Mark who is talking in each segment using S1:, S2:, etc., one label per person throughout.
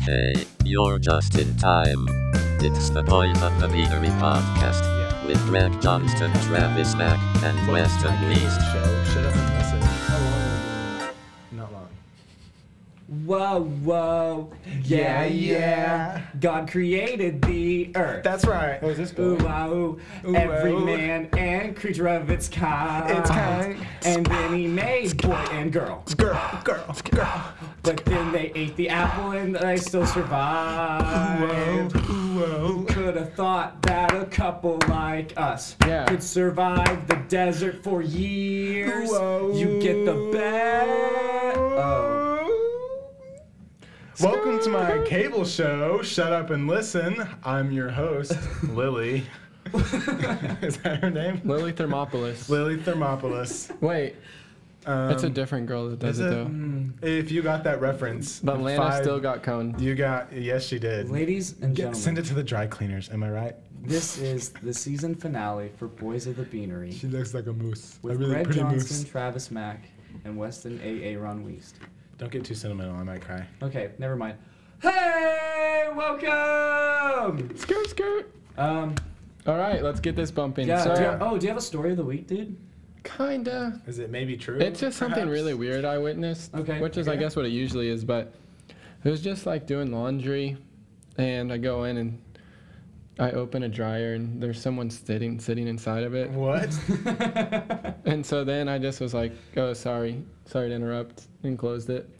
S1: Hey, you're just in time. It's the Boys of the Meadery podcast
S2: Yeah.
S1: with Greg Johnston, Travis Mack, and Weston Least.
S2: Show. Shut up and listen. How long? have we been? Not long.
S3: Whoa, whoa.
S2: Yeah,
S3: Yeah, yeah.
S2: yeah.
S3: God created the earth.
S2: That's right.
S4: What was Oh, this
S3: Ooh,
S4: going?
S3: wow, ooh.
S2: Ooh,
S3: Every
S2: wow.
S3: man and creature of its kind.
S2: Its kind.
S3: And then he made boy and girl.
S2: Girl, girl, girl.
S3: But then they ate the apple and they still
S2: Whoa,
S3: survived.
S2: whoa.
S3: Could have thought that a couple like us
S4: Yeah.
S3: could survive the desert for years.
S2: Whoa.
S3: You get the best. Oh.
S2: Welcome to my cable show, Shut Up and Listen. I'm your host, Lily. Is that her name?
S4: Lily Thermopolis.
S2: Lily Thermopolis.
S4: Wait,
S2: Um,
S4: that's a different girl that does
S2: is
S4: it
S2: it? Mm.
S4: though.
S2: if you got that reference,
S4: But Lana
S2: five-
S4: still got coned.
S2: You got yes, she did.
S3: Ladies and
S2: Get-
S3: gentlemen.
S2: send it to the dry cleaners. Am I right?
S3: This is the season finale for Boys of the Beanery
S2: She looks like a moose.
S3: with
S2: a really
S3: Greg
S2: pretty
S3: Johnston,
S2: moose.
S3: Travis Mack, and Weston A. A. Ron Weast.
S2: Don't get too sentimental. I might cry.
S3: Okay, never mind. Hey, welcome.
S4: Skirt, skirt.
S3: Um,
S4: All right, let's get this bumping.
S3: yeah.
S4: so,
S3: do you- oh, do you have a story of the week, dude?
S4: kinda.
S2: Is it maybe true?
S4: It's just something
S2: perhaps?
S4: really weird I witnessed,
S3: Okay,
S4: which is, I
S2: okay.
S4: guess, what it usually is. But it was just like doing laundry, and I go in and I open a dryer, and there's someone sitting sitting inside of it.
S2: What?
S4: And so then I just was like, oh, sorry, sorry to interrupt, and closed it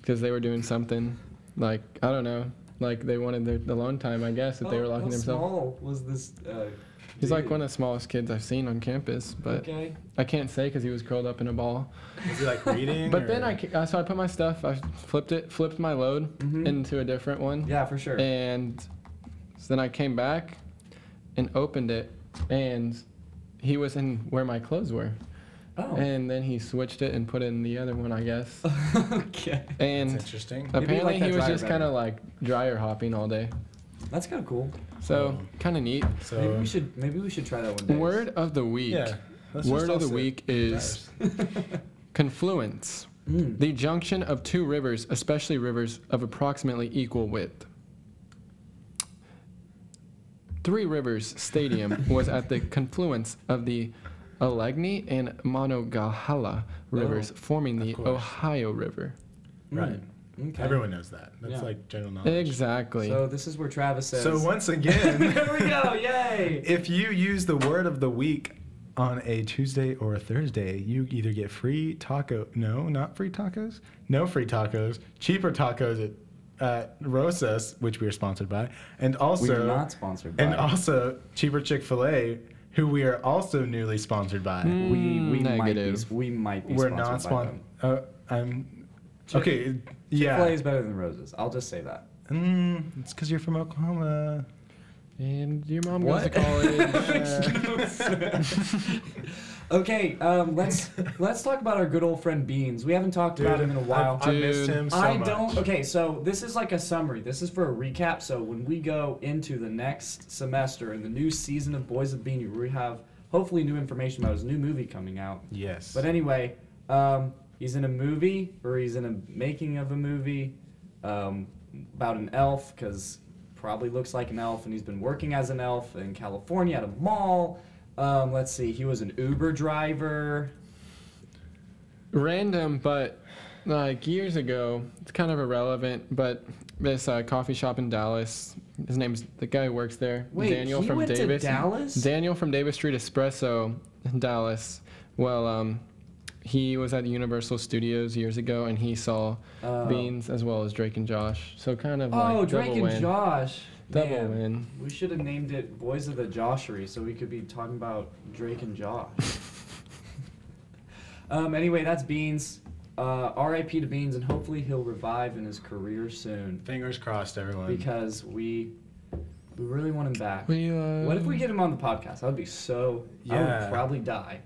S4: because they were doing something like, I don't know, like they wanted their alone time, I guess, that they were
S3: How-
S4: locking
S3: how
S4: themselves.
S3: Oh, small was this? Uh,
S4: He's like
S3: dude?
S4: one of the smallest kids I've seen on campus, but
S3: Okay.
S4: I can't say because he was curled up in a ball.
S2: Is he like reading?
S4: But then
S2: or-
S4: I, ca- uh, so I put my stuff, I flipped it, flipped my load
S3: Mhm.
S4: into a different one.
S3: Yeah, for sure.
S4: And so then I came back and opened it, and he was in where my clothes were.
S3: oh.
S4: And then he switched it and put in the other one, I guess.
S3: okay.
S2: That's
S4: And
S2: interesting.
S3: Maybe you
S4: apparently
S3: like that
S4: he was
S3: dryer
S4: just
S3: better.
S4: kind of like dryer hopping all day.
S3: That's kind of cool.
S4: So
S3: Oh.
S4: kind of neat.
S3: Maybe
S2: So
S3: we should. Maybe we should try that one day.
S4: Word of the week.
S2: yeah. let's just
S4: Word
S2: all
S4: of the
S2: sit
S4: week
S2: in
S4: is
S3: Hmm.
S2: dryers.
S4: confluence.
S3: Mm.
S4: The junction of two rivers, especially rivers of approximately equal width. Three Rivers Stadium was at the confluence of the Allegheny and Monongahela rivers, forming the
S2: Oh, course.
S4: Ohio River.
S2: right.
S3: Okay.
S2: Everyone knows that. That's
S3: Yeah.
S2: like general knowledge.
S4: hmm. Exactly.
S3: So this is where Travis says.
S2: So once again,
S3: there we go. Yay.
S2: if you use the word of the week on a Tuesday or a Thursday, you either get free taco. No, not free tacos. No free tacos. Cheaper tacos at uh, Rosas, which we are sponsored by, and also
S3: We are not sponsored by.
S2: and uh, also cheaper Chick Fil A, who we are also newly sponsored by.
S3: we we might
S4: Negative.
S3: be we might be
S2: We're
S3: sponsored
S2: not
S3: by
S2: sponsored.
S3: them.
S2: Uh, I'm okay. Yeah,
S3: Chick-fil-A is better than roses. I'll just say that.
S2: Mm, it's because you're from Oklahoma.
S4: and your mom
S3: What?
S4: goes to college.
S3: okay, um, let's let's talk about our good old friend Beans. We haven't talked about him in a while.
S2: I, I missed
S4: Dude.
S2: him so
S3: I
S2: much.
S3: don't. Okay, so this is like a summary. This is for a recap. So when we go into the next semester and the new season of Boys of Beanie, we have hopefully new information about his new movie coming out.
S2: Yes.
S3: But anyway, um, he's in a movie or he's in a making of a movie um, about an elf because probably looks like an elf and he's been working as an elf in California at a mall. Um, let's see, he was an Uber driver.
S4: Random, but like years ago, it's kind of irrelevant. But this uh, coffee shop in Dallas, his name's the guy who works there,
S3: Wait,
S4: Daniel
S3: he
S4: from
S3: went
S4: Davis.
S3: to Dallas?
S4: Daniel from Davis Street Espresso, in Dallas. Well, um, he was at Universal Studios years ago, and he saw
S3: Oh.
S4: Beans as well as Drake and Josh. So kind of like
S3: oh,
S4: double
S3: Drake and
S4: win.
S3: Josh.
S4: Double
S3: Man,
S4: win.
S3: We should have named it Boys of the Joshery so we could be talking about Drake and Josh. um, anyway, that's Beans. Uh, RIP to Beans, and hopefully he'll revive in his career soon.
S2: Fingers crossed, everyone.
S3: because we we really want him back.
S4: We, uh,
S3: what if we get him on the podcast? I would be so. I
S2: Um, Yeah.
S3: would probably die.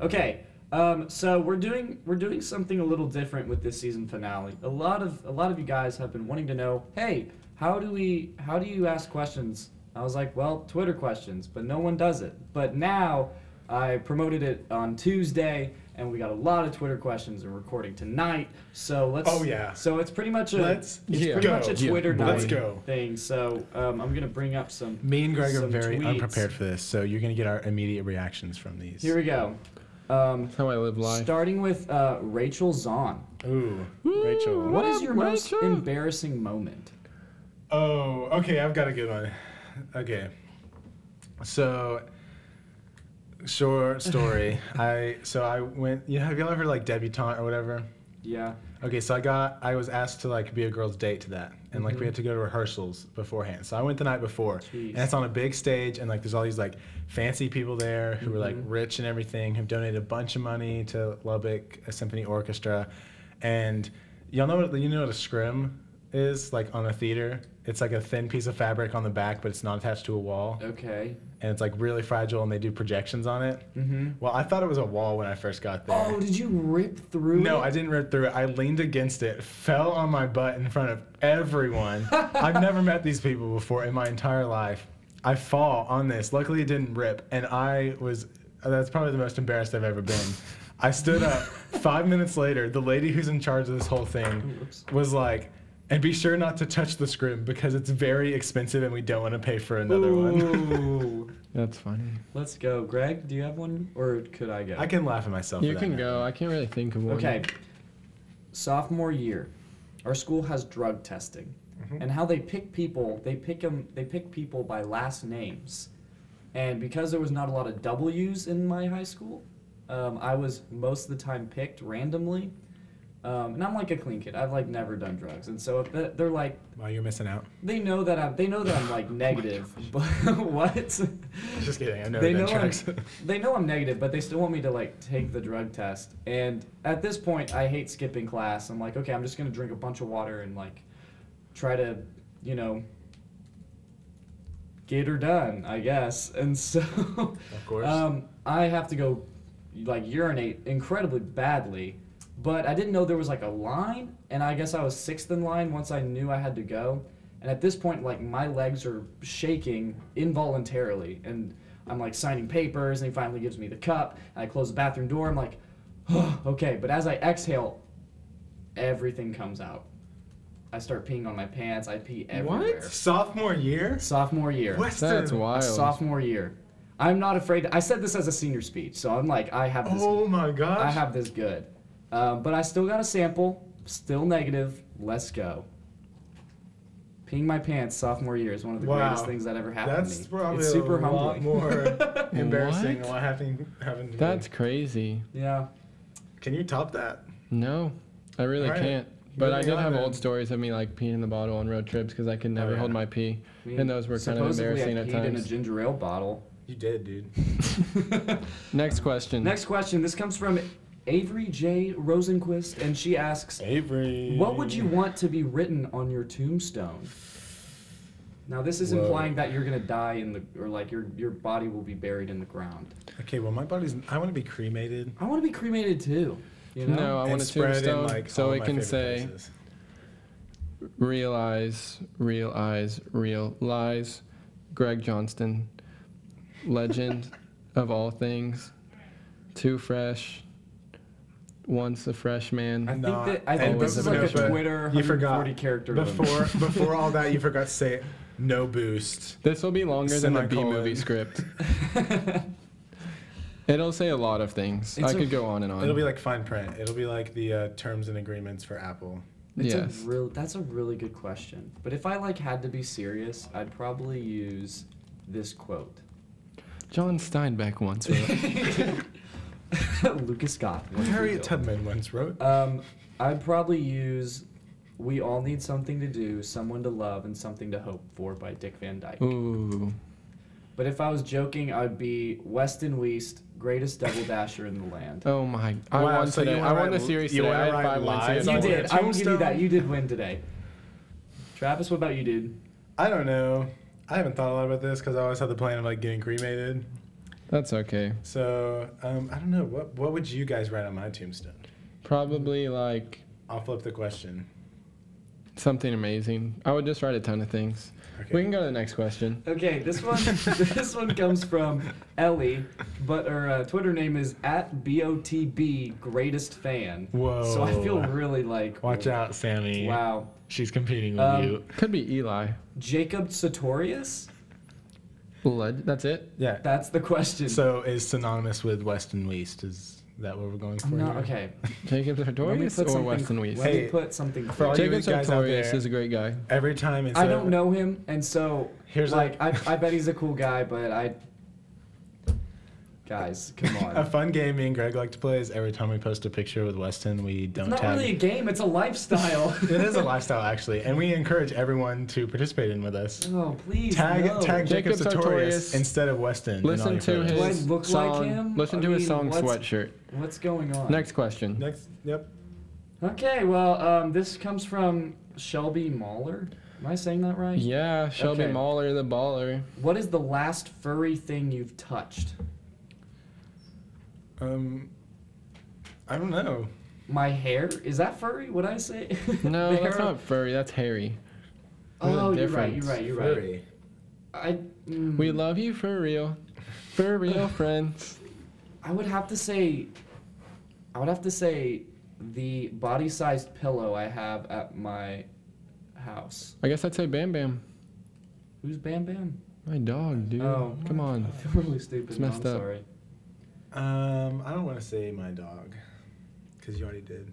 S3: Okay, um, so we're doing we're doing something a little different with this season finale. A lot of a lot of you guys have been wanting to know, hey, how do we how do you ask questions? I was like, well, Twitter questions, but no one does it. But now I promoted it on Tuesday, and we got a lot of Twitter questions. We're recording tonight, so let's.
S2: Oh, yeah.
S3: So it's pretty much a.
S2: Let's
S3: it's
S4: Yeah.
S3: pretty
S2: go.
S3: much a
S2: Yeah.
S3: Twitter night
S2: Let's go.
S3: thing. So um, I'm gonna bring up some.
S2: Me and Greg are
S3: some
S2: very
S3: tweets.
S2: unprepared for this, so you're gonna get our immediate reactions from these.
S3: Here we go. Um,
S4: That's how I live life.
S3: starting with uh, Rachel Zahn.
S2: Ooh, Rachel.
S3: What is
S4: up,
S3: your most
S4: Rachel?
S3: embarrassing moment?
S2: Oh, okay. I've got a good one. Okay. So, short story. I so I went. You know, have y'all ever heard like debutante or whatever?
S3: Yeah.
S2: Okay, so I got I was asked to like be a girl's date to that, and like we had to go to rehearsals beforehand. So I went the night before,
S3: Mm-hmm. Jeez.
S2: and it's on a big stage, and like there's all these like fancy people there who were like
S3: Mhm.
S2: rich and everything, who've donated a bunch of money to Lubbock Symphony Orchestra, and y'all know what you know what a scrim is like on a theater. It's like a thin piece of fabric on the back, but it's not attached to a wall,
S3: Okay.
S2: and it's like really fragile, and they do projections on it.
S3: Mm-hmm.
S2: Well, I thought it was a wall when I first got there.
S3: Oh, did you rip through?
S2: No,
S3: it?
S2: I didn't rip through it. I leaned against it, fell on my butt in front of everyone. I've never met these people before in my entire life. I fall on this. Luckily, it didn't rip, and I was. That's probably the most embarrassed I've ever been. I stood up. Five minutes later, the lady who's in charge of this whole thing
S3: Oops.
S2: was like, "And be sure not to touch the scrim because it's very expensive, and we don't want to pay for another one."
S3: Ooh.
S4: That's funny.
S3: Let's go, Greg. Do you have one, or could I go?
S2: I can laugh at myself.
S4: You
S2: for that
S4: can
S2: now.
S4: go. I can't really think of one.
S3: Okay. Sophomore year, our school has drug testing, and how they pick people, they pick 'em- they pick people by last names, and because there was not a lot of W's in my high school, um, I was most of the time picked randomly, um, and I'm like a clean kid. I've like never done drugs, and so if they- they're like
S2: Wow, you're missing out.
S3: they know that I'm they know that I'm like negative, but what?
S2: Just kidding. I've never
S3: they know
S2: done
S3: I'm,
S2: drugs.
S3: they know I'm negative, but they still want me to like take the drug test. And at this point, I hate skipping class. I'm like, okay, I'm just gonna drink a bunch of water and like try to, you know, get her done, I guess. And so, of
S2: course.
S3: um, I have to go like urinate incredibly badly. But I didn't know there was like a line, and I guess I was sixth in line once I knew I had to go. And at this point, like my legs are shaking involuntarily, and I'm like signing papers, and he finally gives me the cup. And I close the bathroom door. I'm like, okay. But as I exhale, everything comes out. I start peeing on my pants. I pee everywhere.
S2: Sophomore year.
S3: Sophomore year.
S2: Weston.
S4: That's
S3: A
S4: wild.
S3: sophomore year. I'm not afraid. I said this as a senior speech, so I'm like, I have this.
S2: Oh my gosh.
S3: I have this good. Um, but I still got a sample. Still negative. Let's go. Peeing my pants sophomore year is one of the
S2: Wow.
S3: greatest things that ever happened to me.
S2: That's probably
S3: it's super
S2: a lot
S3: humbling.
S2: more embarrassing than
S4: What?
S2: what happened, happened to
S4: That's
S2: me.
S4: crazy.
S3: yeah.
S2: Can you top that?
S4: No, I really
S2: Alright.
S4: can't. But I
S2: Moving
S4: did
S2: on
S4: have
S2: then.
S4: old stories of me like peeing in the bottle on road trips because I could never
S2: yeah.
S4: hold my pee,
S3: I mean,
S4: and those were kind of
S3: supposedly
S4: embarrassing
S3: I
S4: at
S3: peed in a
S4: times.
S3: ginger ale bottle.
S2: You did, dude.
S4: Next question.
S3: Next question. This comes from Avery J. Rosenquist, and she asks,
S2: Avery.
S3: What would you want to be written on your tombstone? Now this is
S2: Whoa.
S3: implying that you're gonna die in the or like your your body will be buried in the ground.
S2: Okay, well, my body's. I want to be cremated.
S3: I want to be cremated too. You know?
S4: No, I
S2: and
S4: want a
S2: spread in,
S4: tombstone
S2: like,
S4: so
S2: all
S4: it
S2: my
S4: can
S2: favorite
S4: say
S2: places.
S4: real eyes, real eyes, real lies. Greg Johnston, legend of all things, too fresh, once a freshman.
S3: I
S2: Not-
S3: think that I
S2: and
S3: think this
S4: before-
S3: is like a
S4: but
S3: Twitter
S2: you forgot
S3: 140 character limit.
S2: before before all that. You forgot to say no boost.
S4: This will be longer than a B
S2: Semicolon.
S4: movie script. It'll say a lot of things.
S3: It's
S4: I could
S3: a-
S4: go on and on.
S2: It'll be like fine print. It'll be like the uh, terms and agreements for Apple.
S3: It's
S4: yes.
S3: a real that's a really good question. But if I like had to be serious, I'd probably use this quote.
S4: John Steinbeck once wrote,
S3: Lucas Scott. what did you
S2: Harriet
S3: do?
S2: Tubman once wrote.
S3: Um, I'd probably use "We all need something to do, someone to love, and something to hope for" by Dick Van Dyke.
S4: "Ooh,
S3: But if I was joking, I'd be Weston Weast, greatest double dasher in the land.
S4: oh my! I
S2: Wow,
S4: won
S2: so you
S4: today.
S2: wanna
S4: I won
S2: write
S4: the
S2: l-
S4: series
S2: you
S4: today.
S2: wanna
S4: I had
S2: write
S4: five wins.
S2: lies
S4: Yes,
S2: on
S4: I
S3: you
S2: your
S4: won.
S3: did. I will give you that.
S2: tombstone?
S3: You did win today. Travis, what about you, dude?
S2: I don't know. I haven't thought a lot about this because I always had the plan of like getting cremated.
S4: That's okay.
S2: So um, I don't know what what would you guys write on my tombstone?
S4: Probably like
S2: I'll flip the question.
S4: something amazing. I would just write a ton of things. We can go to the next question.
S3: Okay, this one this one comes from Ellie, but her uh, Twitter name is at botb greatest fan.
S2: Whoa.
S3: So I feel really like
S2: Oh. Watch out, Sammy.
S3: Wow,
S2: She's competing with
S3: Um,
S2: you.
S4: Could be Eli.
S3: Jacob Sartorius.
S4: Blood. That's it.
S2: Yeah.
S3: That's the question.
S2: So is synonymous with Weston Weast. Is that what we're going for?
S3: no,
S2: here?
S3: okay.
S4: Jacob
S3: Let me
S4: Sartorius
S3: put
S4: or
S3: something-
S4: Weston Weiss.
S3: Let
S2: Hey,
S3: me put something.
S2: for all you
S4: Jacob
S2: guys out
S4: Sartorius
S2: there-
S4: is a great guy.
S2: Every time it's
S3: I
S2: a-
S3: don't know him, and so
S2: Here's a-
S3: like I I bet he's a cool guy, but I. Guys, come on.
S2: A fun game me and Greg like to play is every time we post a picture with Weston, we don't
S3: it's not
S2: tag.
S3: really a game; it's a lifestyle.
S2: it is a lifestyle actually, and we encourage everyone to participate in with us.
S3: Oh please,
S2: Tag
S3: no.
S2: tag Jacob,
S4: Jacob
S2: Sartorius,
S4: Sartorius.
S2: instead of Weston. in all
S4: Listen
S2: your
S4: to
S2: photos.
S4: his
S3: Do I look like
S4: song.
S3: him?
S4: Listen
S3: I
S4: to his
S3: mean,
S4: song
S3: what's-
S4: sweatshirt.
S3: What's going on?
S4: Next question.
S2: Next, yep.
S3: Okay, well, um, this comes from Shelby Mahler. Am I saying that right?
S4: Yeah, Shelby
S3: Okay.
S4: Mahler, the baller.
S3: What is the last furry thing you've touched?
S2: Um, I don't know.
S3: My hair? Is that furry? Would I say?
S4: No,
S3: The
S4: that's
S3: hair-
S4: not furry. That's hairy. There's a
S3: Oh, you're right. You're
S4: difference.
S3: right. You're right.
S2: Furry.
S3: I. mm,
S4: We love you for real. For real, friends.
S3: I would have to say. I would have to say the body-sized pillow I have at my house.
S4: I guess I'd say Bam Bam.
S3: Who's Bam Bam?
S4: My dog, dude.
S3: Oh.
S4: Come on.
S3: I feel really stupid.
S4: It's
S3: now,
S4: messed
S3: I'm
S4: up.
S3: sorry.
S2: Um, I don't want to say my dog, because you already did.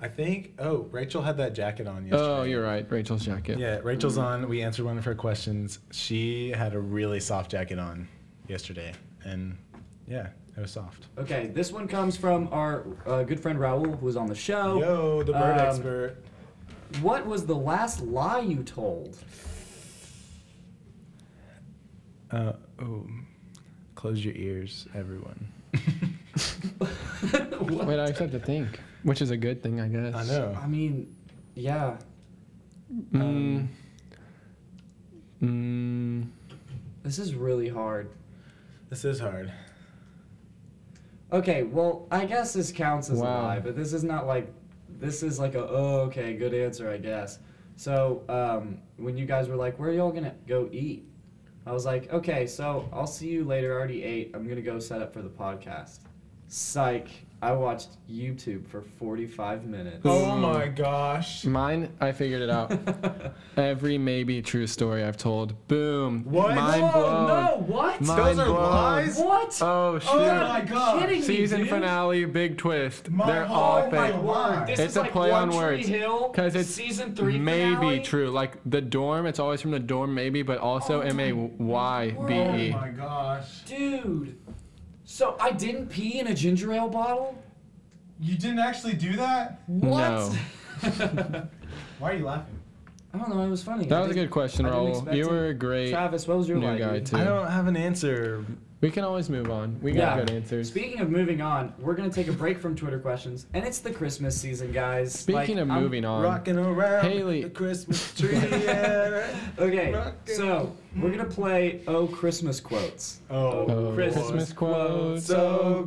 S2: I think. Oh, Rachel had that jacket on yesterday.
S4: Oh, you're right. Rachel's jacket.
S2: Yeah, Rachel's on. We answered one of her questions. She had a really soft jacket on yesterday, and yeah, it was soft.
S3: Okay, this one comes from our uh, good friend Raul, who was on the show.
S2: Yo, the bird
S3: um,
S2: expert.
S3: What was the last lie you told?
S2: Uh, oh, close your ears, everyone.
S3: What?
S4: Wait, I just have to think, which is a good thing, I guess.
S2: I know.
S3: I mean, yeah.
S4: Mm. Mm.
S3: This is really hard.
S2: This is hard.
S3: Okay, well, I guess this counts as a
S4: Wow.
S3: lie, but this is not like this is like a oh, okay, good answer, I guess. So, um, when you guys were like, "Where are y'all gonna go eat?" I was like, "Okay, so I'll see you later. I already ate. I'm gonna go set up for the podcast." Psych. I watched YouTube for 45 minutes.
S2: Oh my gosh.
S4: Mine, I figured it out. Every maybe true story I've told. Boom.
S2: What?
S4: Mind
S3: Whoa,
S4: blown.
S3: no, what?
S4: Mind
S2: Those are
S4: blown.
S2: lies?
S3: What?
S4: Oh shit.
S2: Oh my gosh.
S3: kidding me,
S4: Season
S3: dude.
S4: finale, big twist.
S2: My
S4: They're
S2: whole
S4: all
S3: Oh my
S4: fake.
S2: life.
S3: word! This
S4: It's
S3: is
S4: a
S3: like
S4: play
S3: One
S4: on
S3: Tree
S4: words.
S3: Hill.
S4: Because it's
S3: season three
S4: maybe
S3: finale?
S4: true. Like the dorm, it's always from the dorm, maybe, but also
S3: Oh
S4: M A Y B
S3: word. Oh
S4: E.
S2: gosh.
S3: Dude, so I didn't pee in a ginger ale bottle.
S2: You didn't actually do that?
S3: What?
S4: No.
S2: Why are you laughing?
S3: I don't know. It was funny.
S4: That
S3: I
S4: was a
S3: didn't-
S4: good question,
S3: I didn't
S4: Raul.
S3: expect
S4: You
S3: it.
S4: were a great
S3: Travis, what was your
S4: new
S3: lie,
S4: guy
S3: dude?
S4: too.
S2: I don't have an answer.
S4: We can always move on. We got good answers.
S3: Speaking of moving on, we're gonna take a break from Twitter questions, and it's the Christmas season, guys.
S4: Speaking of moving on,
S2: Rocking around
S4: Um, Haley.
S2: the Christmas tree. yeah.
S3: Okay,
S2: Rockin'.
S3: so we're gonna play Oh Christmas quotes.
S2: Oh,
S4: Oh,
S3: Christmas
S4: Christmas
S3: quotes.
S4: quotes. Oh,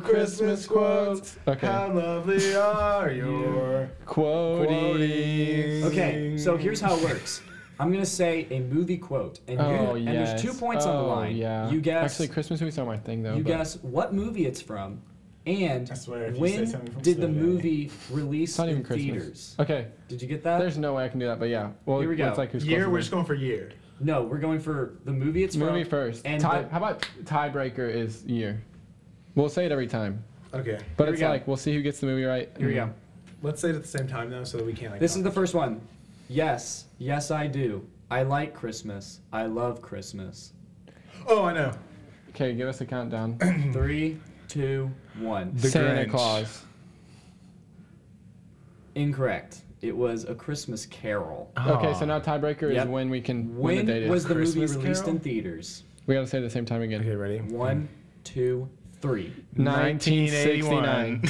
S2: So Christmas quotes.
S4: Okay.
S2: How lovely are your
S4: Quoties.
S2: quoties?
S3: Okay, so here's how it works. I'm gonna say a movie quote, and,
S4: Oh,
S3: you,
S4: yes.
S3: and there's two points on the
S4: Oh,
S3: line.
S4: Yeah.
S3: You guess.
S4: Actually, Christmas movies are my thing, though.
S3: you
S4: but-
S3: guess what movie it's from, and
S2: I swear, if you say
S3: when
S2: something from
S3: did the
S2: Snow Day.
S3: movie release
S4: It's not
S3: in
S4: even Christmas.
S3: theaters?
S4: Okay.
S3: Did you get that?
S4: There's no way I can do that, but yeah. Well,
S3: Here we go.
S4: It's like who's
S2: Year,
S4: closer
S2: we're
S4: to-
S2: just going for year.
S3: no, we're going for the movie it's from.
S4: movie first.
S3: And
S4: Tie,
S3: the-
S4: how about tiebreaker is year? We'll say it every time,
S2: Okay.
S4: but
S3: Here we
S4: it's
S3: go.
S4: like we'll see who gets the movie right.
S3: Here we go.
S2: Let's say it at the same time though, so that we can't. Like,
S3: This is the first one. Yes, yes, I do. I like Christmas. I love Christmas.
S2: Oh, I know.
S4: Okay, give us a countdown.
S3: Three, two, one.
S2: The
S4: Santa
S2: Grinch.
S4: Claus.
S3: Incorrect. It was a Christmas Carol.
S4: Okay, so now tiebreaker
S3: Ah. Yep.
S4: is when we can when,
S3: When
S4: the date
S3: was
S4: is.
S3: the
S2: Christmas
S3: movie released
S2: Carol?
S3: in theaters?
S4: We gotta say it at the same time again.
S2: Okay, ready.
S3: One, two, three.
S4: 1969.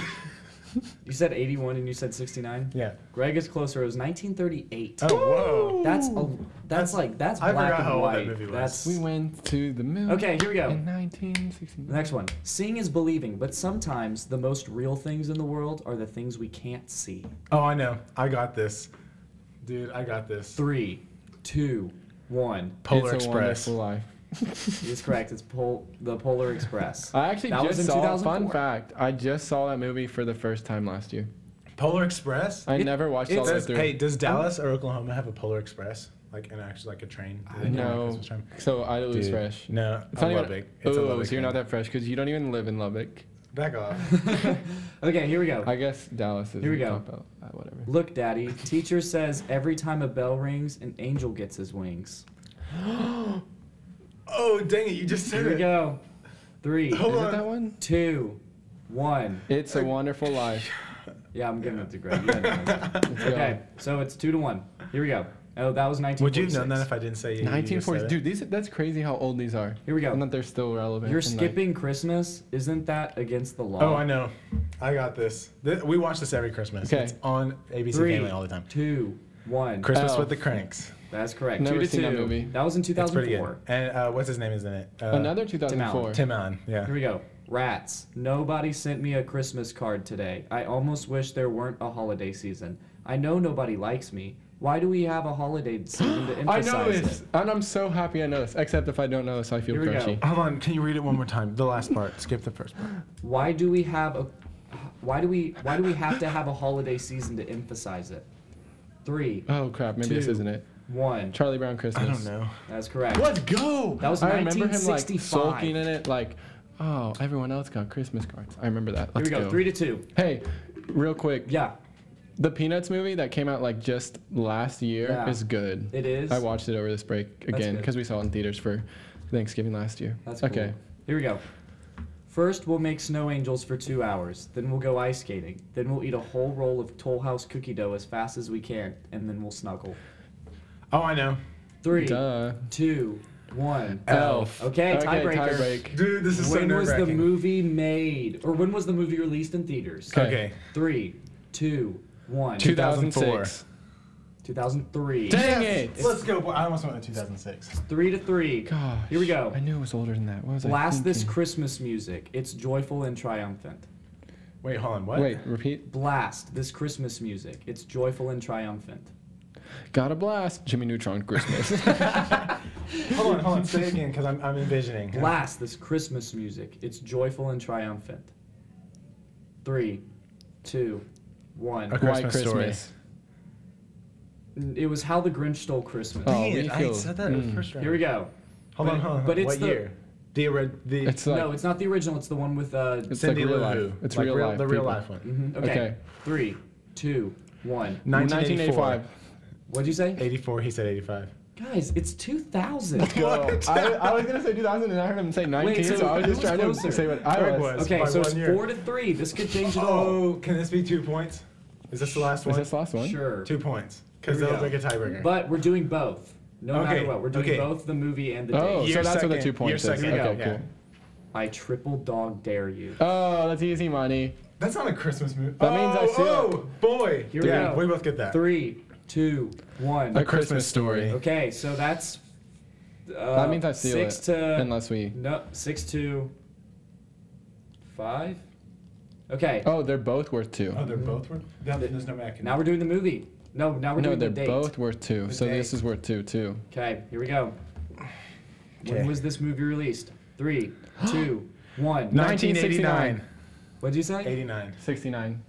S3: You said 81 and you said 69.
S2: yeah.
S3: Greg is closer. It was 1938.
S2: Oh, whoa.
S3: That's a, that's, like that's
S2: I
S3: black
S2: forgot
S3: and
S2: how old
S3: white.
S2: that movie was.
S3: That's
S4: We went to the moon.
S3: okay. Here we go.
S4: In 1969.
S3: The next one. Seeing is believing, but sometimes the most real things in the world are the things we can't see.
S2: Oh, I know. I got this. Dude, I got this.
S3: Three, two, one.
S2: Polar
S4: it's a
S2: Express.
S4: Wonderful Life.
S3: He's correct. It's Pol- the Polar Express.
S4: I actually
S3: That was
S4: just
S3: in
S4: saw. Fun
S3: 2004.
S4: fact: I just saw that movie for the first time last year.
S2: Polar Express?
S4: I never watched all the way
S2: Does,
S4: through.
S2: hey, does Dallas or Oklahoma have a Polar Express? Like an actual like a train? Do they do, like,
S4: no,
S2: Christmas time?
S4: so I lose
S2: Dude,
S4: fresh.
S2: No,
S4: It's
S2: it's a
S4: not even-
S2: Lubbock.
S4: Oh,
S2: It's a Lubbock
S4: so you're not
S2: thing.
S4: that fresh because you don't even live in Lubbock.
S2: Back off.
S3: Okay, here we go.
S4: I guess Dallas is.
S3: Here we
S4: the
S3: go.
S4: Top out. Uh, whatever.
S3: Look, Daddy. Teacher says every time a bell rings, an angel gets his wings.
S2: oh, dang it! You just said
S3: Here we
S2: it.
S3: go. Three,
S2: Hold
S4: Is
S2: on.
S4: it that one?
S3: two, one.
S4: It's a Wonderful Life.
S3: Yeah, I'm giving it to Greg. You had it. Okay, so it's two to one. Here we go. Oh, that was 1946.
S2: Would you have known that if I didn't say you- you just said
S4: 1940s.
S2: it?
S4: Dude, these that's crazy how old these are.
S3: Here we go.
S4: And that they're still relevant.
S3: You're
S4: and, like-
S3: skipping Christmas. Isn't that against the law?
S2: Oh, I know. I got this. Th- we watch this every Christmas.
S4: Okay.
S2: It's on ABC
S3: Three,
S2: Family all the time.
S3: two, one.
S2: Christmas
S4: Elf.
S2: with the Cranks.
S3: That's correct.
S4: Never
S3: two to
S4: seen
S3: two.
S4: that movie.
S3: That was in
S2: That's pretty good.
S3: 2004.
S2: And uh, what's his name is in it? Uh,
S4: Another 2004.
S2: Tim Allen. Yeah.
S3: Here we go. Rats. Nobody sent me a Christmas card today. I almost wish there weren't a holiday season. I know nobody likes me. Why do we have a holiday season to
S4: I
S3: emphasize
S4: know this,
S3: it?
S4: and I'm so happy I know this. Except if I don't know this, I feel
S3: Here we go.
S4: grouchy.
S2: Hold on. Can you read it one more time? The last part. Skip the first part.
S3: Why do we have a why do we why do we have to have a holiday season to emphasize it? Three,
S4: Oh crap, maybe this
S3: Two.
S4: isn't it.
S3: one.
S4: Charlie Brown Christmas.
S2: I don't know.
S3: That's correct.
S2: Let's go.
S3: That was
S4: I remember him like
S3: 1965.
S4: sulking in it, like, oh, everyone else got Christmas cards. I remember that.
S3: Here
S4: Let's
S3: we go. Three to two.
S4: hey, real quick,
S3: Yeah,
S4: the Peanuts movie that came out like just last year
S3: Yeah.
S4: is good.
S3: it is.
S4: I watched it over this break again
S3: good.
S4: because we saw it in theaters for Thanksgiving last year.
S3: That's cool.
S4: okay.
S3: Here we go. First, we'll make snow angels for two hours. Then we'll go ice skating. Then we'll eat a whole roll of Toll House cookie dough as fast as we can, and then we'll snuggle.
S2: Oh, I know.
S3: Three, two, one.
S4: Duh.
S2: Elf.
S3: Okay, tiebreaker.
S4: tiebreak.
S2: Dude, this is so
S3: when was the
S2: nerve-wracking.
S3: movie made, or when was the movie released in theaters?
S4: Okay.
S2: Okay.
S3: Three, two, one.
S4: 2006.
S3: 2003.
S4: Dang it!
S2: Let's go. boy. I almost went to 2006.
S3: Three to three.
S4: Gosh.
S3: Here we go.
S4: I knew it was older than that. What was I
S3: Blast this
S4: thinking?
S3: Christmas music. It's joyful and triumphant.
S2: Wait, hold on. What?
S4: Wait, repeat.
S3: Blast this Christmas music. It's joyful and triumphant.
S4: Got a blast. Jimmy Neutron Christmas.
S2: Hold on. Hold on. Say it again, because I'm, I'm envisioning.
S3: Blast this Christmas music. It's joyful and triumphant. Three, two, one.
S2: Okay.
S4: White
S2: Christmas story.
S4: Christmas.
S3: It was How the Grinch Stole Christmas.
S4: Oh.
S2: Dang it, I
S4: Refill.
S2: said that
S4: Mm.
S2: the first round.
S3: Here we go.
S2: Hold on.
S3: But-
S2: Hold on.
S3: but it's
S2: what
S3: the-
S2: year? The ori- the
S4: It's like
S3: no, it's not the original. It's the one with uh.
S4: it's
S2: Cindy
S4: like real
S2: Lou
S4: life.
S2: Who.
S4: It's
S2: Like
S4: real, life.
S2: The real
S4: people.
S2: life one.
S3: mhm, okay.
S4: okay.
S3: Three, two, one.
S2: 1984.
S4: 1985.
S3: What'd you say?
S2: 84. He said 85.
S3: Guys, it's 2000.
S4: Whoa. I, I was gonna say 2000, and I heard him say 19, so,
S3: so
S4: I was
S3: who
S4: just
S3: was
S4: trying
S3: closer?
S4: to say what I
S2: Greg
S4: was.
S2: was.
S3: Okay,
S2: By
S3: so it's
S2: one year.
S3: four to three. This could change it all.
S2: Oh, can this be two points? Is this the last
S4: Was
S2: one?
S4: this last one?
S3: Sure.
S2: Oh. Two points, because
S3: Here we
S2: that'll
S3: go.
S2: make a tiebreaker.
S3: But we're doing both. No matter
S2: Okay,
S3: what, we're doing
S2: okay.
S3: both the movie and the
S4: Oh,
S3: date.
S4: so
S2: Year
S4: that's what the
S2: second.
S4: two points
S2: Year
S4: is.
S2: second.
S4: Okay,
S2: Yeah.
S4: cool.
S3: I triple dog dare you.
S4: Oh, that's easy money.
S2: That's not a Christmas movie.
S4: That means I
S2: oh,
S4: see it.
S2: Oh, boy.
S3: Here we
S2: yeah,
S3: go.
S2: we, both get that.
S3: Three, two, one.
S4: A Christmas story.
S3: Okay, so that's. Uh,
S4: That means I seal
S3: six
S4: it.
S3: to
S4: unless we.
S3: no six to five. Okay,
S4: Oh, they're both worth two.
S2: Oh, they're both were. No, there's no Mac.
S3: now we're doing the movie. No, now we're
S4: no,
S3: doing
S4: they're
S3: the date.
S4: both worth two.
S2: The
S4: so this
S2: date.
S4: is worth two too.
S3: Okay, here we go. When
S2: Okay.
S3: was this movie released? Three, two, one.
S4: 1989.
S2: 1989.
S3: What'd you say?
S2: 89.
S4: 69.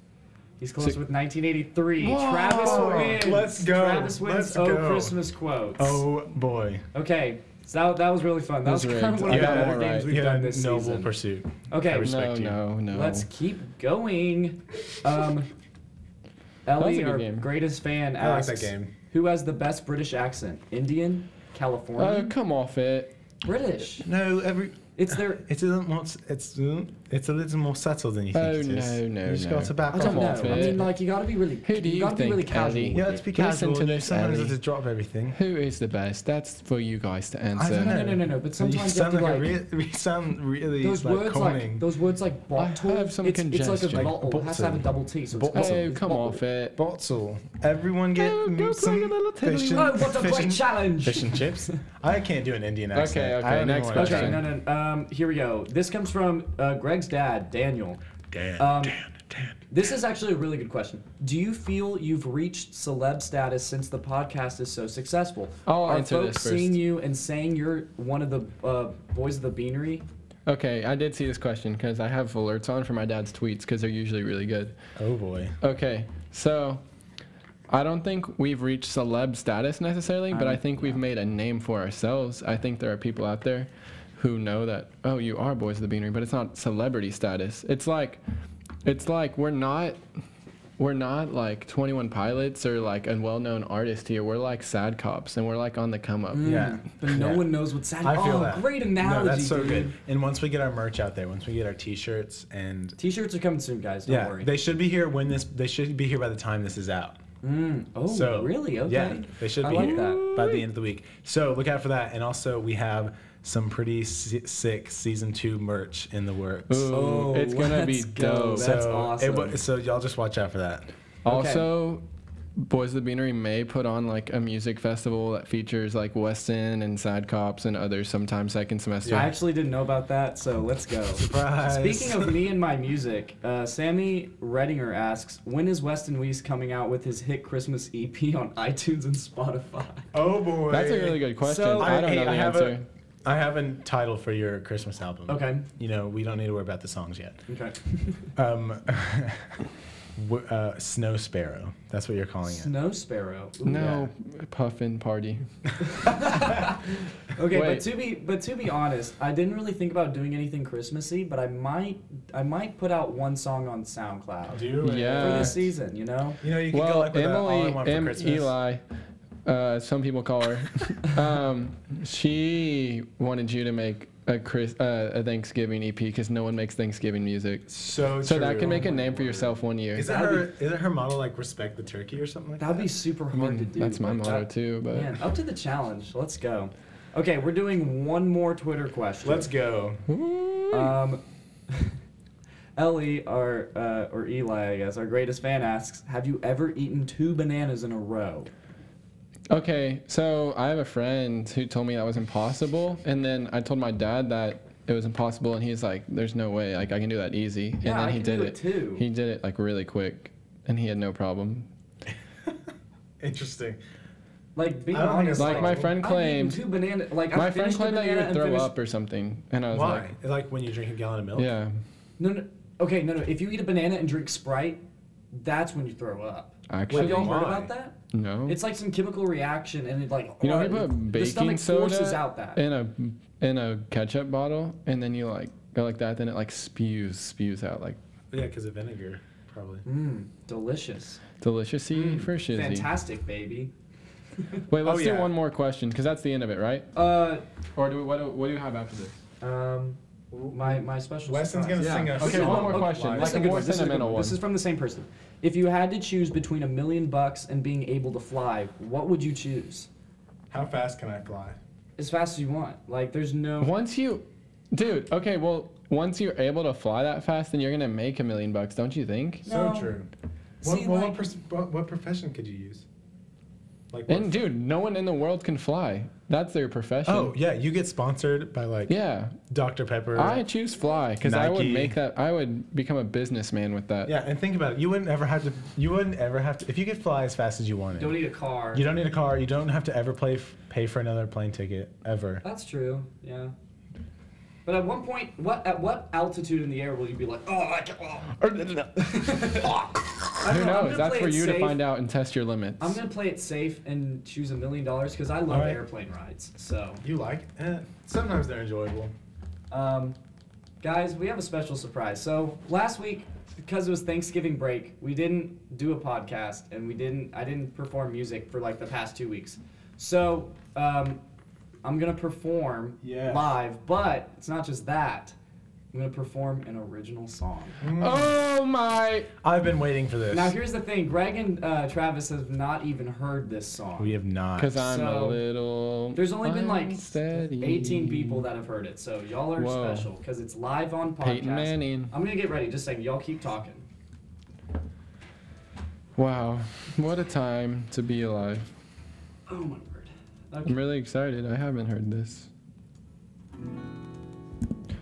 S3: He's close
S4: Six-
S3: with 1983. Travis
S2: Whoa,
S3: wins.
S2: let's go,
S3: Travis wins.
S2: let's
S3: oh,
S2: go.
S3: Christmas quotes.
S2: Oh boy.
S3: Okay, so that, that was really fun. That
S4: That was
S3: was kind of one
S4: rigged. I
S3: of the
S4: got
S3: better
S4: more
S3: games
S4: right.
S3: we've
S2: yeah,
S3: done this
S2: Noble
S3: season.
S2: pursuit. I
S3: Okay,
S4: No,
S2: respect you.
S4: no, no.
S3: let's keep going. Um,
S4: was a
S3: Ellie,
S4: good
S3: our
S4: game.
S3: greatest fan,
S2: I like
S3: asks,
S2: that game.
S3: "Who has the best British accent? Indian,
S4: Oh,
S3: California,
S4: come off it.
S3: British?
S2: No, every
S3: It's their
S2: it's a little more s- it's mm, it's a little more subtle than you think
S4: Oh,
S2: it is.
S4: no, no,
S2: You just
S4: no.
S2: got to back
S3: I don't
S4: Come
S2: off
S3: know.
S4: off
S2: a little
S3: I
S4: it.
S2: bit.
S3: mean, like you got to be really.
S4: Who do
S3: you
S4: you
S3: got to be
S4: think,
S3: really casual.
S4: Ellie?
S2: Yeah, let's be
S4: Listen
S2: casual.
S4: to
S2: you know,
S4: this,
S2: Sometimes you
S4: Ellie.
S2: have to drop everything.
S4: Who is the best? That's for you guys to answer.
S2: I don't
S3: No,
S2: know.
S3: no, no, no, no, but sometimes
S2: you sound
S3: you have
S2: like,
S3: to,
S2: a rea- we sound really
S3: Those
S2: like
S3: words
S2: corning.
S3: like those words like bottle.
S4: have some
S3: it's, it's like a
S2: Like
S4: congestion.
S3: bottle. it has to have a
S2: bottle.
S3: double T. So it's
S2: Bottle.
S3: bottle.
S4: Oh,
S3: It's
S4: come
S3: bottle.
S4: off it.
S2: Bottle. Everyone get
S4: Oh,
S2: mm,
S4: go
S2: some
S4: play a little tiddly.
S2: fish and,
S3: Oh, what a
S2: fish
S3: great
S2: and,
S3: challenge!
S2: fish and chips. I can't do an Indian accent.
S4: Okay, okay,
S2: I don't
S4: next
S2: even wanna
S4: question.
S3: Okay,
S2: try.
S3: no, no. Um, here we go. This comes from uh, Greg's dad, Daniel.
S2: Dan, Dan,
S3: Um,
S2: Dan. understand.
S3: This is actually a really good question. Do you feel you've reached celeb status since the podcast is so successful?
S4: Oh, I'll
S3: Are
S4: answer this
S3: folks seeing
S4: first.
S3: you and saying you're one of the uh, boys of the beanery?
S4: Okay, I did see this question because I have alerts on for my dad's tweets because they're usually really good.
S2: Oh boy.
S4: Okay, so I don't think we've reached celeb status necessarily, but I
S3: I'm-
S4: think we've made a name for ourselves. I think there are people out there who know that oh, you are boys of the beanery, but it's not celebrity status. It's like it's like we're not we're not like 21 pilots or like a well-known artist here. We're like sad cops and we're like on the come up.
S3: Mm,
S2: Yeah.
S3: But Hmm, no
S2: Yeah.
S3: one knows what's sad.
S2: I feel
S3: oh,
S2: that.
S3: great
S2: No,
S3: analogy,
S2: that's so
S3: dude.
S2: good. And once we get our merch out there, once we get our T-shirts and
S3: T-shirts are coming soon, guys. Don't
S2: yeah,
S3: worry.
S2: they should be here when this. They should be here by the time this is out.
S3: Mm. Oh,
S2: So
S3: really? Okay.
S2: Yeah, they should
S3: I
S2: be
S3: like
S2: here
S3: that.
S2: by the end of the week. So look out for that. And also, we have some pretty si- sick season two merch in the works.
S4: Ooh,
S3: Oh,
S4: it's gonna be
S3: let's go.
S4: dope.
S3: That's
S2: so
S3: awesome.
S2: It, wa- so y'all just watch out for that.
S4: Also, Boys of the Beanery may put on like a music festival that features like Weston and Sad Cops and others sometime second semester.
S3: I actually didn't know about that, so let's go.
S2: Surprise.
S3: Speaking of me and my music, uh, Sammy Redinger asks, when is Weston Weiss coming out with his hit Christmas EP on iTunes and Spotify?
S2: oh boy,
S4: That's a really good question.
S3: So-
S4: I, don't
S2: hey,
S4: know the
S2: have
S4: answer.
S2: A, I have a title for your Christmas album.
S3: Okay.
S2: You know, we don't need to worry about the songs yet.
S3: Okay.
S2: Um, w- uh, Snow Sparrow. That's what you're
S4: Oh,
S2: calling it.
S3: Snow Sparrow. Ooh.
S4: no puffin party.
S3: Okay,
S4: Wait.
S3: but to be but to be honest, I didn't really think about doing anything Christmassy, but I might I might put out one song on SoundCloud
S2: Do it.
S4: Yeah.
S3: for this season. You know,
S2: You know, you can go
S4: Well,
S2: like with a all I
S4: Emily,
S2: want for
S4: M-
S2: Christmas.
S4: Eli, uh, some people call her. um, she wanted you to make a Chris, uh, a Thanksgiving EP because no one makes Thanksgiving music.
S2: So,
S4: So that
S2: true. Oh
S4: can make a name for yourself one year.
S2: Is it
S3: That'd
S2: her? Is it her model like respect the turkey or something like that?
S3: that'd be super hard to do.
S4: That's my
S3: Like,
S4: motto
S3: that-
S4: too. But
S3: Man, up to the challenge. Let's go. Okay, we're doing one more Twitter question.
S2: Let's go.
S4: Hmm. Uh,
S3: Um, Ellie, our uh, or Eli, I guess, our greatest fan asks, "Have you ever eaten two bananas in a row?"
S4: Okay, so I have a friend who told me that was impossible, and then I told my dad that it was impossible, and he's like, "There's no way, like I can do that easy." and
S3: Yeah,
S4: then
S3: I
S4: he
S3: can
S4: did
S3: do it too.
S4: He did it like really quick, and he had no problem.
S2: Interesting.
S3: Like being
S2: I don't think
S3: honest,
S2: it's
S4: Like my
S2: Impossible.
S4: friend
S3: I've eaten
S4: claimed,
S3: two banana. Like I
S4: my friend
S3: finished a
S4: claimed that you
S3: banana and
S4: would throw
S3: finished-
S4: up or something, and I was
S2: Why? Like, when you drink a gallon of milk.
S4: like, "Yeah,
S3: No, no. Okay, no, no. If you eat a banana and drink Sprite, that's when you throw up.
S4: actually,
S3: Have y'all heard
S2: Why?
S3: about that?
S4: no."
S3: It's like some chemical reaction, and it like
S4: you know, he
S3: oh,
S4: put
S3: the
S4: baking
S3: stomach forces
S4: soda
S3: out that.
S4: in a in a ketchup bottle, and then you like go like that, then it like spews spews out like
S2: Yeah, because of vinegar, probably.
S3: Mmm, delicious,
S4: delicious
S3: Mm,
S4: y for shizzy.
S3: fantastic, baby.
S4: Wait, let's
S2: Oh,
S4: do
S2: yeah.
S4: one more question because that's the end of it, right?
S3: Uh,
S4: Or do we, what, do, what do you have after this?
S3: um, my my special.
S2: Weston's
S3: surprise.
S2: gonna
S4: Yeah.
S2: sing us.
S4: Okay,
S2: some
S4: one more
S2: live.
S3: This
S4: question. Like
S3: is a
S4: a
S3: good
S4: more
S3: one. This is a good
S4: sentimental
S3: one. This
S4: one.
S3: is from the same person. If you had to choose between a million bucks and being able to fly, what would you choose?
S2: How fast can I fly?
S3: As fast as you want. Like, there's no.
S4: Once you, dude. Okay, well, once you're able to fly that fast, then you're gonna make a million bucks, don't you think?
S3: No.
S2: So true. What,
S3: See,
S2: what,
S3: like-
S2: what, pers- what, what profession could you use? Like.
S4: And dude, no one in the world can fly. That's their profession.
S2: oh yeah, you get sponsored by like
S4: Yeah,
S2: Dr Pepper.
S4: I choose fly because I would
S2: Nike.
S4: make that. I would become a businessman with that.
S2: yeah, and think about it. You wouldn't ever have to. You wouldn't ever have to. If you could fly as fast as you wanted,
S3: Don't need a car.
S2: you don't need a car. You don't have to ever play f- pay for another plane ticket ever.
S3: That's true. Yeah. But at one point, what at what altitude in the air will you be like, oh, I can't. Oh. I
S4: Who
S3: don't know, I'm gonna
S4: knows? That's
S3: play
S4: for
S3: it
S4: you to
S3: safe.
S4: find out and test your limits.
S3: I'm gonna play it safe and choose a million dollars because I love
S2: Alright.
S3: airplane rides. So,
S2: You like? Eh, sometimes they're enjoyable.
S3: um, guys, we have a special surprise. So last week, because it was Thanksgiving break, we didn't do a podcast and we didn't. I didn't perform music for like the past two weeks. So, um, I'm gonna perform
S2: Yeah.
S3: live, but it's not just that. I'm gonna perform an original song.
S4: oh my!
S2: I've been waiting for this.
S3: Now here's the thing, Greg and uh, Travis have not even heard this song.
S2: we have not.
S4: Because I'm a
S3: So,
S4: little.
S3: There's only been like
S4: unsteady.
S3: 18 people that have heard it, so y'all are
S4: Whoa.
S3: special because it's live on podcast.
S4: Peyton Manning.
S3: I'm gonna get ready. Just saying, y'all keep talking.
S4: Wow, what a time to be alive.
S3: Oh my word. Okay.
S4: I'm really excited. I haven't heard this.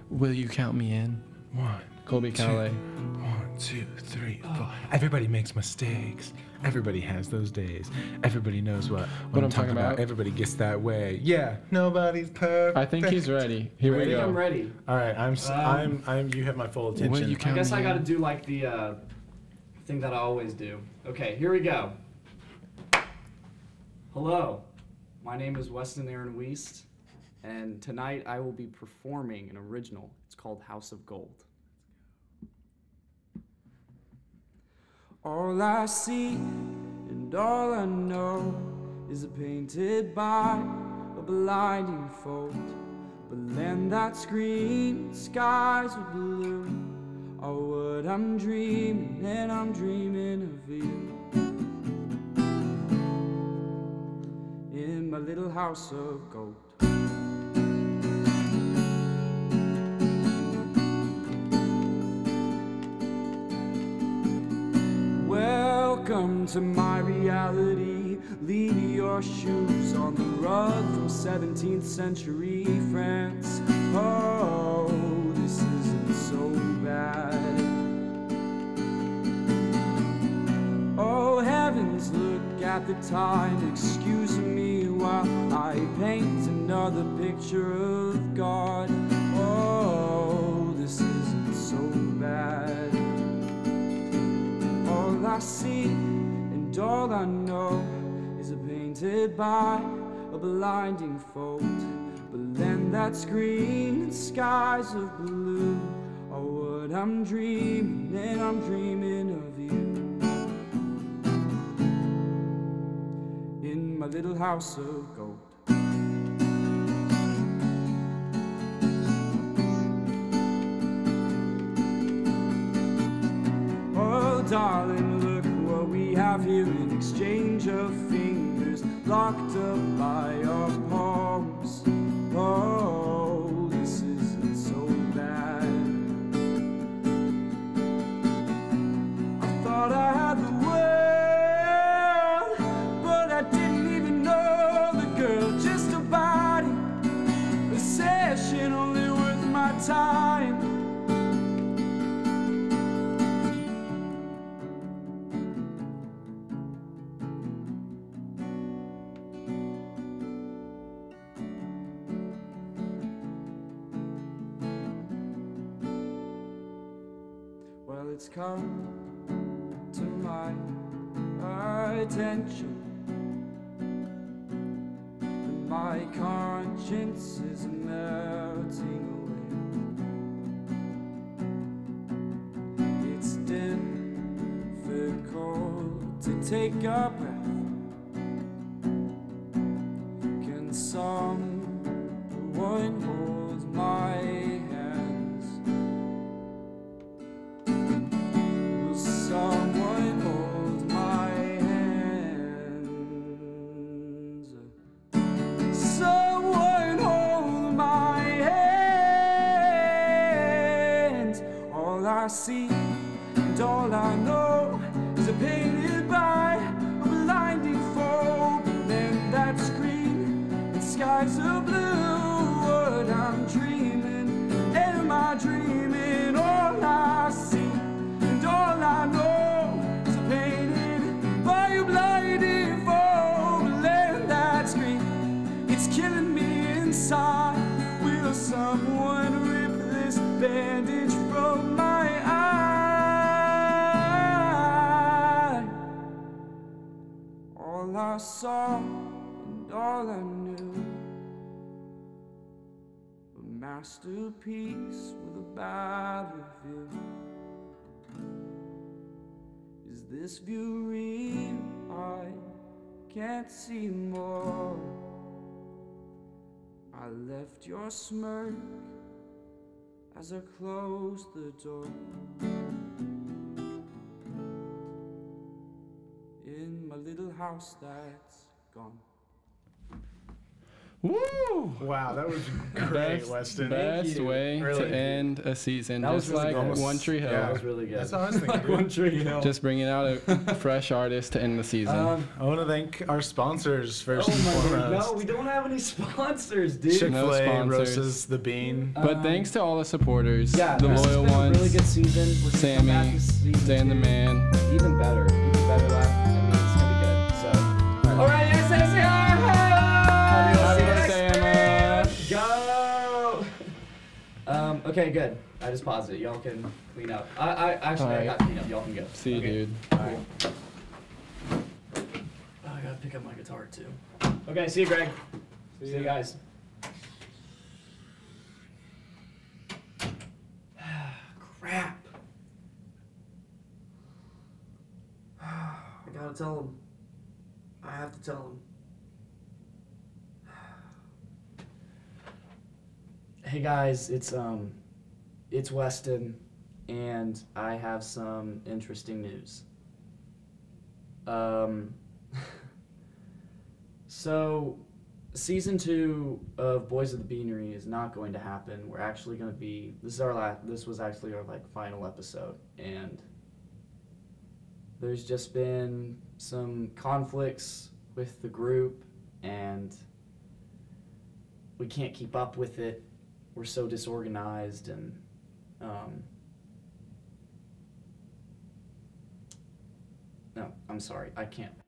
S4: Will you count me in?
S2: One,
S4: Colby Calais.
S2: one, two, three, four. Everybody makes mistakes. Everybody has those days. Everybody knows what, what, I'm, talking about. Everybody gets that way. Yeah, nobody's perfect.
S4: I think he's ready. Here
S5: I
S4: we
S5: think
S4: go.
S5: I'm ready.
S2: All right, I'm, s-
S5: Um,
S2: I'm, I'm. You have my full attention.
S4: you
S5: I guess
S4: Count
S5: I
S4: me
S5: gotta
S4: in.
S5: do like the uh, thing that I always do. Okay, here we go. Hello, my name is Weston Aaron Wiest, and tonight I will be performing an original. It's called House of Gold. All I see and all I know is a painted by a blinding fold. But land that's green, skies are blue, are what I'm dreaming, and I'm dreaming of you. In my little house of gold. Welcome to my reality. Leave your shoes on the rug from 17th century France. Oh, this isn't so bad. Oh, heavens, look at the time. Excuse me while I paint another picture of God. Oh, this isn't so bad. All I see and all I know is a painted by a blinding fold. But land that's green and skies of blue are what I'm dreaming, and I'm dreaming of you. In my little house of gold. Oh, darling, look what we have here in exchange of fingers locked up by our palms. Oh, this isn't so bad. I thought I had the world, but I didn't even know the girl, just a body, a session only worth my time. Well, it's come to my attention. that My conscience is melting away. It's difficult to take a breath. Can someone hold my hands? Will someone hold my hands? Someone hold my hands. All I see and all I know is a painted by a blinding foe. Then that screen and skies are blue. What I'm dreaming, am I dreaming? All I see and all I know is a painted by a blinding foe. Let that scream, it's killing me inside. Will someone rip this bandage from my eye? All I saw and all I knew. A masterpiece with a bad review. Is this view real? I can't see more. I left your smirk as I closed the door. In my little house that's gone.
S4: Woo!
S2: Wow, that was great, Weston.
S4: Best
S3: you.
S4: way
S2: Really.
S4: to end a season,
S3: That was
S4: just
S3: really
S4: like
S3: good.
S4: One Tree Hill.
S2: Yeah.
S3: That was really good.
S2: That's what I was thinking.
S3: Like One Tree Hill.
S4: Just bringing out a fresh artist to end the season.
S3: um,
S2: I want to thank our sponsors first and
S3: oh my god,
S2: foremost.
S3: no, we don't have any sponsors, dude.
S2: Chick
S4: No
S2: Fil A,
S4: sponsors.
S2: Roses, the Bean.
S4: but
S3: um,
S4: thanks to all the supporters,
S3: yeah,
S4: the
S3: this has
S4: loyal
S3: been
S4: ones,
S3: A really good season. We're gonna come back
S4: Sammy,
S3: with season
S4: Dan the
S3: two.
S4: Man.
S3: Even better, even better. Laugh. I mean, it's gonna be good. So, all right, yes, yes, yes.
S4: Happy
S3: yes.
S4: birthday, Emma.
S3: Go. Um, okay, good. I just paused it. Y'all can clean up. I, I actually I
S4: Alright.
S3: got clean up. Y'all can go.
S4: See you,
S3: Okay.
S4: dude.
S3: Alright. Oh, I gotta pick up my guitar too. Okay, see you, Greg. See, you guys. Crap. I gotta tell him. I have to tell him. Hey guys, it's um, it's Weston, and I have some interesting news. Um, so, season two of Boys of the Beanery is not going to happen. We're actually going to be this is our last. This was actually our like final episode, and there's just been some conflicts with the group, and we can't keep up with it. We're so disorganized and. Um, no, I'm sorry. I can't.